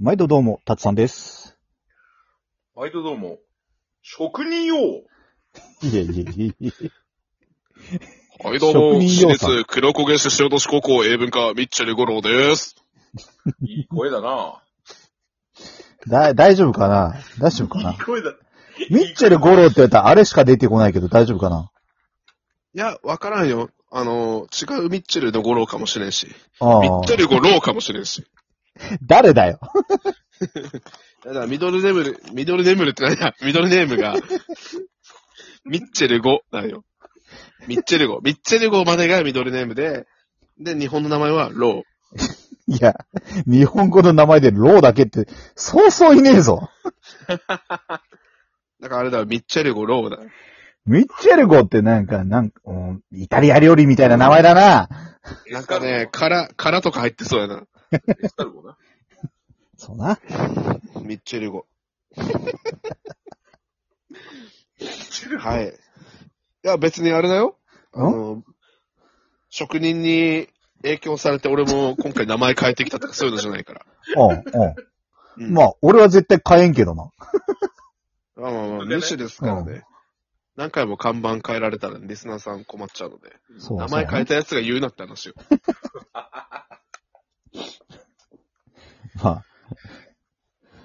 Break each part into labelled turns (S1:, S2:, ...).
S1: 毎度どうも、たつさんです。
S2: 毎度どうも、職人用
S1: いえいえいえ。
S3: はい、どう
S1: 職
S3: も、
S1: 人
S3: 私
S1: 洋さん
S3: 立黒焦げ出身都市高校英文科、ミッチェル五郎です。
S2: いい声だな。
S1: だ、大丈夫かな大丈夫か
S2: いい
S1: な
S2: 声だ。
S1: ミッチェル五郎って言ったらあれしか出てこないけど大丈夫かない
S3: や、わからんよ。あの、違うミッチェルの五郎かもしれんし。
S1: あ
S3: ミッ
S1: あ。
S3: チェル五郎かもしれんし。
S1: 誰だよ。
S3: ただ、ミドルネームル、ミドルネームルって何やミドルネーム が、ミッチェル五だよ。ミッチェル五。ミッチェル五までがミドルネームで、で、日本の名前はロ
S1: いや、日本語の名前でローだけって、そうそういねえぞ。
S3: ー。だからあれだよ、ミッチェル五ローだ。
S1: ミッチェルゴってなんか、なんか、うんイタリア料理みたいな名前だな。
S3: なんかね、殻、殻とか入ってそうやな。
S2: エスカルゴな。
S1: そうな。
S3: ミッチェル五。
S2: い。
S3: はい。いや、別にあれだよ。あの、職人に影響されて俺も今回名前変えてきたとかそういうのじゃないから。
S1: うん、う
S3: うん
S1: ん。まあ、俺は絶対変えんけどな。
S3: あ、まあまあまあ、無視ですからね。何回も看板変えられたらリスナーさん困っちゃうので。
S1: そう
S3: 名前変えたやつが言うなって話よ。
S1: まあ。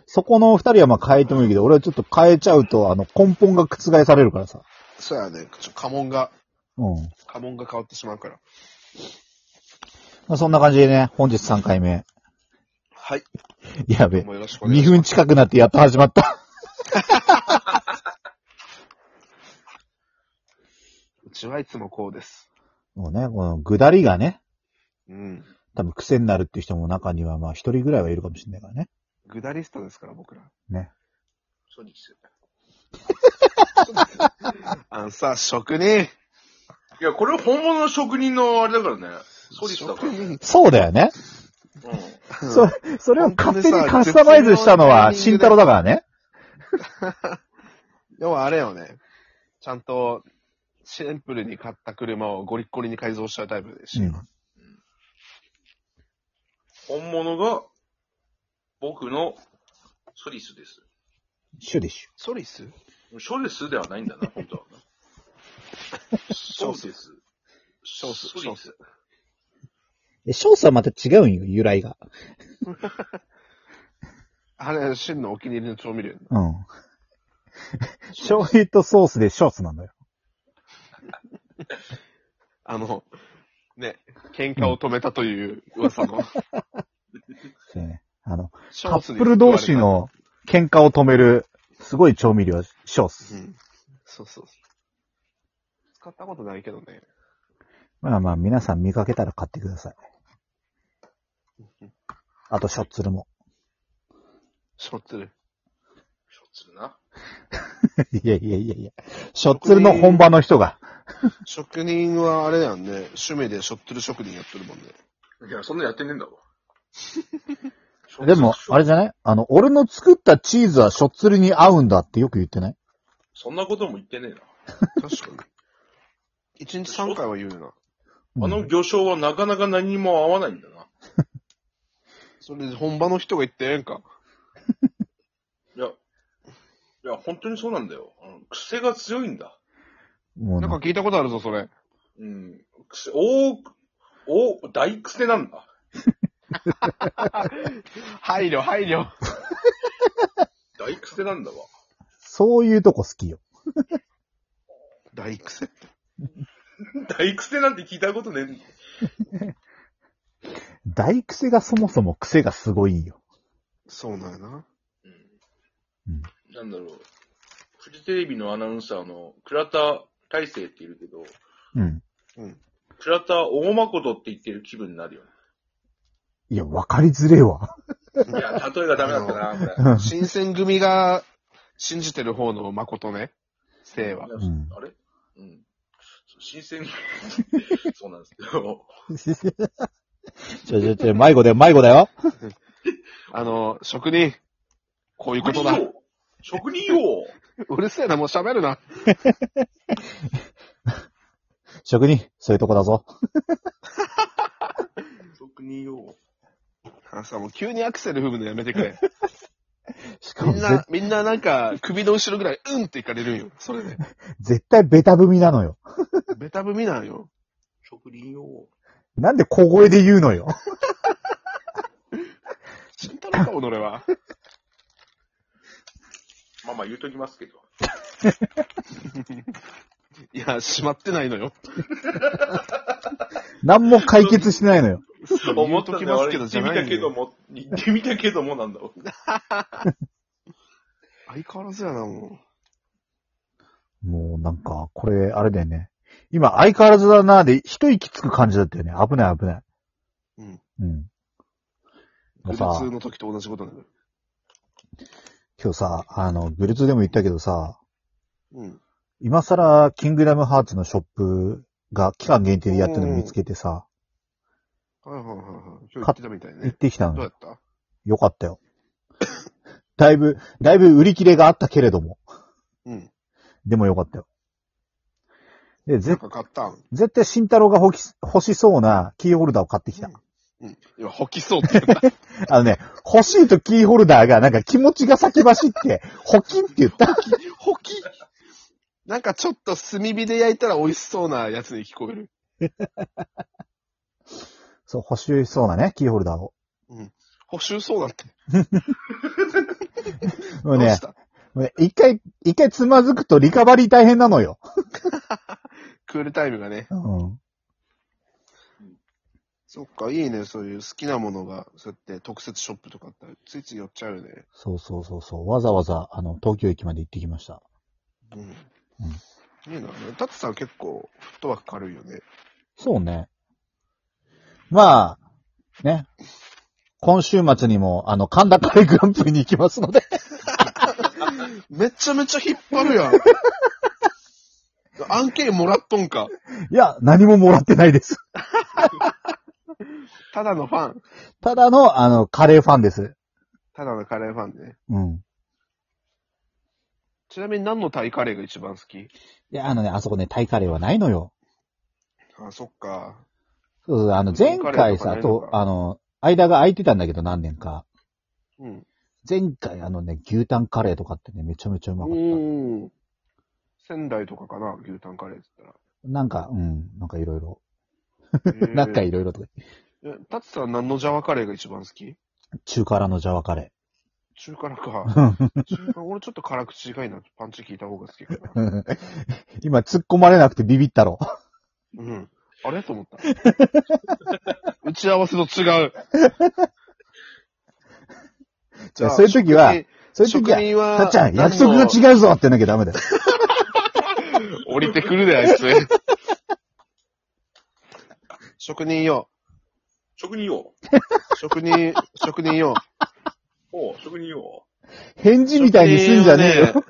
S1: そこの二人はまあ変えてもいいけど、俺はちょっと変えちゃうと、あの、根本が覆されるからさ。
S3: そうやね。ちょ家紋が、
S1: うん。
S3: 家紋が変わってしまうから。
S1: まあ、そんな感じでね、本日3回目。
S3: はい。
S1: や
S3: ど
S1: べ
S3: う、もよろしくお願い
S1: 2
S3: します。
S1: 分近くなってやっと始まった。
S3: うちはいつもこうです。
S1: もうね、このぐだりがね、
S3: うん。
S1: 多分癖になるっていう人も中にはまあ一人ぐらいはいるかもしれないからね。
S3: グダリストですから、僕ら。
S1: ね。
S2: ソニック
S3: あのさ、職人。
S2: いや、これは本物の職人のあれだからね。ソリスだから。うん。
S1: そうだよね。そ、それを勝手にカスタマイズしたのは慎太郎だからね。
S3: 要はあれよね。ちゃんと、シンプルに買った車をゴリッゴリに改造しちゃうタイプですし。
S1: うん
S2: 本物が、僕のソリスです。
S1: シュでし
S3: ソリ
S2: シ
S3: ス
S2: ョレスではないんだな、本当は。
S3: ソ
S2: ソ
S3: ー
S2: リス。
S3: ショース
S2: ソリス。
S1: ょ。ショースはまた違うんよ、由来が。
S3: あれ、シンのお気に入りの調味料。
S1: うん。 醤油とソースでショースなんだよ。
S3: あの、ね、喧嘩を止めたという 噂の。
S1: そうね。あの、
S3: ショ
S1: カ
S3: ース
S1: ッ
S3: に
S1: プル同士の喧嘩を止める、すごい調味料はショー
S3: う
S1: ス。
S3: ん。そうそうそう。使ったことないけどね。
S1: まあまあ、皆さん見かけたら買ってください。あと、ショッツルも。
S3: しょってる。
S2: ショッツな。
S1: いやいやいやいや。ショッツルの本場の人が。
S3: 職人はあれやんね。趣味でしょってる職人やってるもんね。
S2: いや、そんなやってねえんだわ。
S1: でも、あ
S2: れ
S1: れじゃないあの、俺の作ったチーズはショッツルに合うんだってよく言ってない
S2: そんなことも言ってねえな。
S3: 確かに。一日三回は言うな。
S2: あ
S1: う
S2: の
S1: ん
S2: 魚醤はなかなか何にも合わないんだな。
S3: それで本場の人が言ってええんか。
S2: いや、いや、本当にそうなんだよ。あの癖が強いんだ。
S1: もう
S3: なんか
S1: ね、
S3: 聞いたことあるぞ、それ。
S2: うん。癖、大、大、大癖なんだ。
S3: 配慮、配慮。
S2: 大癖なんだわ。
S1: そういうとこ好きよ。
S3: 大癖。
S2: 大癖なんて聞いたことねえんだ。
S1: 大癖がそもそも癖がすごいんよ。
S3: そうなんやな。
S1: うん
S2: うん。なんだろう。フジテレビのアナウンサーの倉田大成っているけど、
S1: うん。
S2: 倉田大誠って言ってる気分になるよ。
S1: いや、わかりづれえ わ。
S2: いや、例えがダメだったな、これ。
S3: 新選組が信じてる方の誠ね。姓は。
S1: ん
S2: あれうん。新 鮮そうなんですけど。
S1: ちょちょちょ、迷子だよ、迷子だよ。
S3: あの、職人。こういうことだ。
S2: 職人よ
S3: うるせえな、もう喋るな。
S1: 職人、そういうとこだぞ。
S2: 職人よ
S3: あさ、もう急にアクセル踏むのやめてく れ。
S1: しか
S3: み
S1: も
S3: ん
S1: ぜ
S3: な、みんななんか、首の後ろぐらい、うんっていかれるんよ。それで。
S1: 絶対ベタ踏みなのよ。
S3: ベタ踏みなんよ。
S2: 食林を。
S1: なんで小声で言うのよ。
S3: 死んだのか、己 は。
S2: まあまあ言うときますけど。
S3: いや、しまってないのよ。
S1: 何も解決してないのよ。
S2: 思
S3: 思
S2: っ
S3: ったと
S2: ん
S3: き
S2: だよ
S3: ま
S2: あ
S3: す
S2: れ
S3: け
S2: 言っ
S3: ど、じ
S2: て
S3: ゃ
S2: み
S3: ない
S2: た
S3: の
S2: けど
S3: よ。
S2: も、言ってみたけどもなんだろう。
S3: 相変わらずやな、も
S1: もうなんか、これ、あれだよね。今、相変わらずだなーで、一息つく感じだったよね。危ない危ない。
S3: うん。
S1: うん。
S3: う。
S1: さ
S3: 普通の時と同じことなのよ。
S1: 今日さ、あの、グルツーでも言ったけどさ、
S3: うん。
S1: 今更、キングダムハーツのショップが期間限定でやってるの見つけてさ、
S3: はいはいはいはい。今日行ってたみたい
S1: 行っ
S3: ね。
S1: てきた
S3: どう
S1: の
S3: や
S1: よ。
S3: った
S1: よかったよ。だいぶ、だいぶ売り切れがあったけれども。
S3: うん。
S1: でもよかったよ。で、
S3: なん
S1: ぜ、
S3: か買ったん
S1: 絶対慎太郎が欲し欲しそうなキーホルダーを買ってきた。
S3: うん。今、吐きそう って言った。
S1: あのね、欲しいとキーホルダーがなんか気持ちが先走って、 ホキンって言った。
S3: 吐きなんかちょっと炭火で焼いたら美味しそうなやつに聞こえる。
S1: そう、欲しそうなね、キーホルダーを。
S3: 補修そうだって。
S1: もう
S3: どう
S1: ね
S3: し、た
S1: もうね一回、一回つまずくとリカバリー大変なのよ。
S3: クールタイムがね。
S1: うん。
S3: そっか、いいね、そういう好きなものが、そうやって特設ショップとかあったら、ついつい寄っちゃうよね。
S1: そうそうそうそう。わざわざ、あの、東京駅まで行ってきました。
S3: うん。いいな。タツさん結構、フットワーク軽いよね。
S1: そうね。まあ、ね。今週末にも、あの、神田カレーグランプリに行きます ので。
S3: めちゃめちゃ引っ張る やん。案件もらっとんか。
S1: いや、何ももらってないです。
S3: ただのファン。
S1: ただの、あの、カレーファンです。
S3: ただのカレーファンね。
S1: うん。
S3: ちなみに何のタイカレーが一番好き
S1: いや、あのね、あそこね、タイカレーはないのよ。
S3: あ、そっか。
S1: そうそう、あの、
S3: 日
S1: 前
S3: 本カ
S1: 回
S3: レーとか
S1: さ、
S3: ないのか
S1: と、あの、間が空いてたんだけど、何年か。
S3: うん。
S1: 前回、あのね、牛タンカレーとかってね、めちゃめちゃうまかった。
S3: おー。仙台とかかな、牛タンカレーって言っ
S1: なんか、うん、なんかいろいろ。。
S3: たら
S1: なんかいろいろとか。
S3: えーえタツさん何のジャワカレーが一番好き
S1: 中辛のジャワカレ
S3: 中 辛か。
S1: ー。
S3: 中華俺ちょっと辛口がいいな。パンチ効いた方が好きかな。
S1: 今、突っ込まれなくてビビったろ。
S3: うん。あれと思った。打ち合わせと違う。
S1: じゃあそういう時は、そういう時
S3: 職
S1: は、
S3: 人は、
S1: たっちゃん、約束が
S3: う。
S1: 違うぞって言わなきゃダメ だよ。
S3: 降りてくるで、あいつ。 職人よ。
S2: 職人よ。
S3: 職人、職人よ。
S2: おう、職人よ。
S1: 返事みたいにすんじゃねえよ。
S3: 職人はね。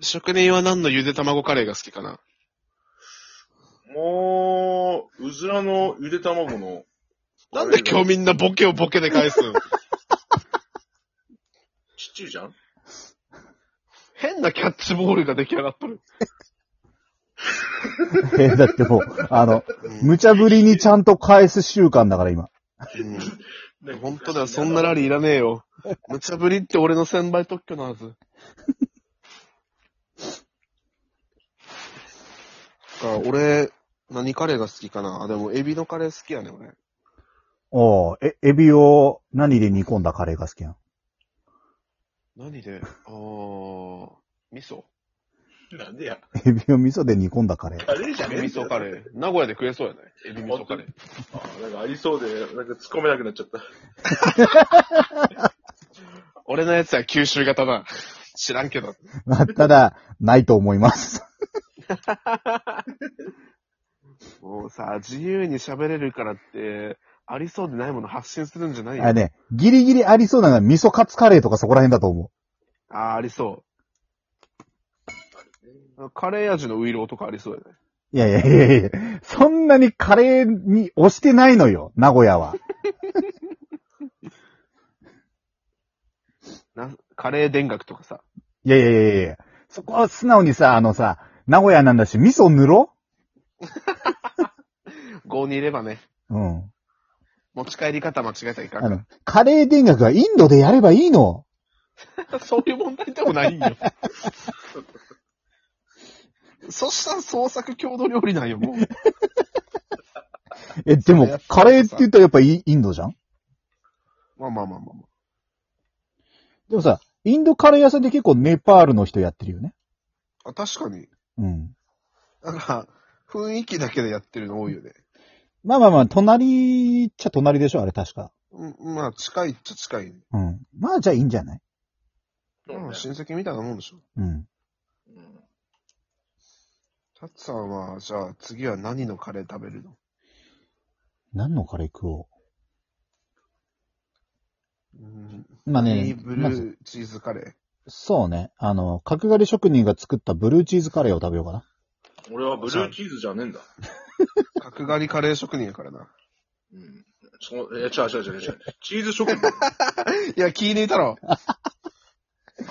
S3: 職人は何のゆで卵カレーが好きかな
S2: もう、うずらのゆで卵の。
S3: なんで今日みんなボケをボケで 返すの
S2: ちっちいじゃん
S3: 変なキャッチボールが出来上がっとる。
S1: えだってもう、あの、無茶ぶりにちゃんと返す習慣だから、今。
S3: うん本当だよ、そんなラリーいらねえよ。無茶ぶりって俺の先輩特許のはず。か俺、何カレーが好きかなあ、でもエビのカレー好きやね、俺。
S1: おうえ、エビを何で煮込んだカレーが好きなの
S3: 何であー、味噌。
S2: なんでや。
S1: エビを味噌で煮込んだカレー。
S2: カレーじゃ
S3: エ
S2: ね
S3: ビ
S2: え
S3: 味噌カ
S2: レー。
S3: レー。名古屋で食えそうやね。エビ味噌カレー。
S2: あなんかありそうで、なんか突っ込めなくなっちゃった。
S3: 俺のやつは九州型だ。知らんけど。
S1: まあ、ただ、ないと思います。
S3: もうさ、自由に喋れるからって、ありそうでないもの発信するんじゃないよ。
S1: あね、ギリギリありそうなのは味噌カツカレーとかそこら辺だと思
S3: あー、ありそう。カレー味のウイローとかありそうや
S1: う。いや
S3: ね。
S1: いやいやいやそんなにカレーに押してないのよ、名古屋は。
S3: な、カレー田楽とかさ。
S1: いやいやいやいやそこは素直にさ、あのさ、名古屋なんだし、味噌塗ろ
S3: 5にいればね。
S1: ううん。
S3: 持ち帰り方間違えたらいか
S1: あ
S3: ん
S1: の、カレー田楽はインドでやればいいの。
S3: から。 そういう問題でもな いんよ。そしたら創作郷土料理なんよ、もう。
S1: え、で
S3: それやっ
S1: も、
S3: て
S1: カレーって言ったらやっぱイインドじゃん
S3: まあまあまあまあまあ。
S1: でもさ、インドカレー屋さんで結構ネパールの人やってるよね。
S3: あ、確かに。
S1: うん。
S3: なんか、雰囲気だけでやってるの多いよね。
S1: まあまあまあ、隣っちゃ隣でしょ、あれ確か。
S3: うん、まあ、近いっちゃ近い。
S1: うん。まあじゃあいいんじゃない
S2: そう
S3: まあ、
S2: ね
S3: 親戚みたいなもんでしょ。
S1: うん。
S2: うん
S3: タッツさんは、じゃあ次は何のカレー食べるの
S1: 何のカレー食お
S3: うん。
S1: う。まあ
S3: ね
S1: ね、
S3: ブ
S1: ま
S3: ル
S1: ず
S3: ーチーズカレー。
S1: そうね。あの、角刈り職人が作ったブルーチーズカレーを食べようか な。
S2: 俺はブルーチーズじゃねえんだ。
S3: 角刈りカレー職人やからな。
S2: うん。そう、え、違う違う違う違う。チーズ職 人。
S3: いや、気抜いたろ。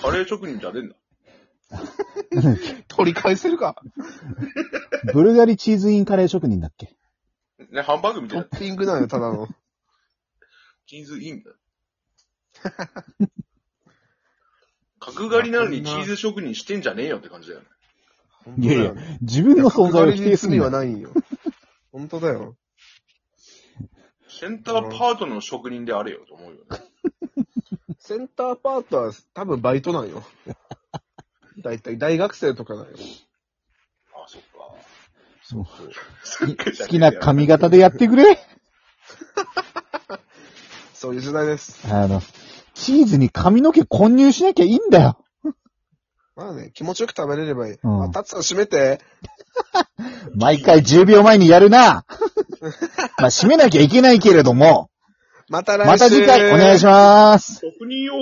S2: カレー職人じゃねえんだ。
S3: 取り返せるか。
S1: ブルガリチーズインカレー職人だっけ
S2: ね、ハンバーグみた
S3: ト
S2: いな。
S3: ッピングなんよ、ただの。
S2: チーズインだ。 角刈りなのにチーズ職人してんじゃねえよって感じだよね。
S1: いやいや
S3: 本当だよね、
S1: 自分の存在を否定する
S3: 角刈りに罪
S1: ん
S3: は
S1: だ。
S3: ないんよ。本当だよ。
S2: センターパートの職人であれよと思うよね。
S3: センターパートは多分バイトなんよ。だいたい大学生とかなんよ。
S2: あ、そっか。
S1: そう
S2: そっかじゃねえよ
S1: 好きな髪型でやってくれ
S3: そういう時代です。
S1: あの、チーズに髪の毛混入しなきゃいいんだよ。
S3: まあね、気持ちよく食べれればいい。
S1: うん
S3: あ、タツさん閉めて。
S1: 毎回10秒前にやるな。 まあ、締めなきゃいけないけれども、
S3: また来週。
S1: また次回お願いします。
S2: 職人を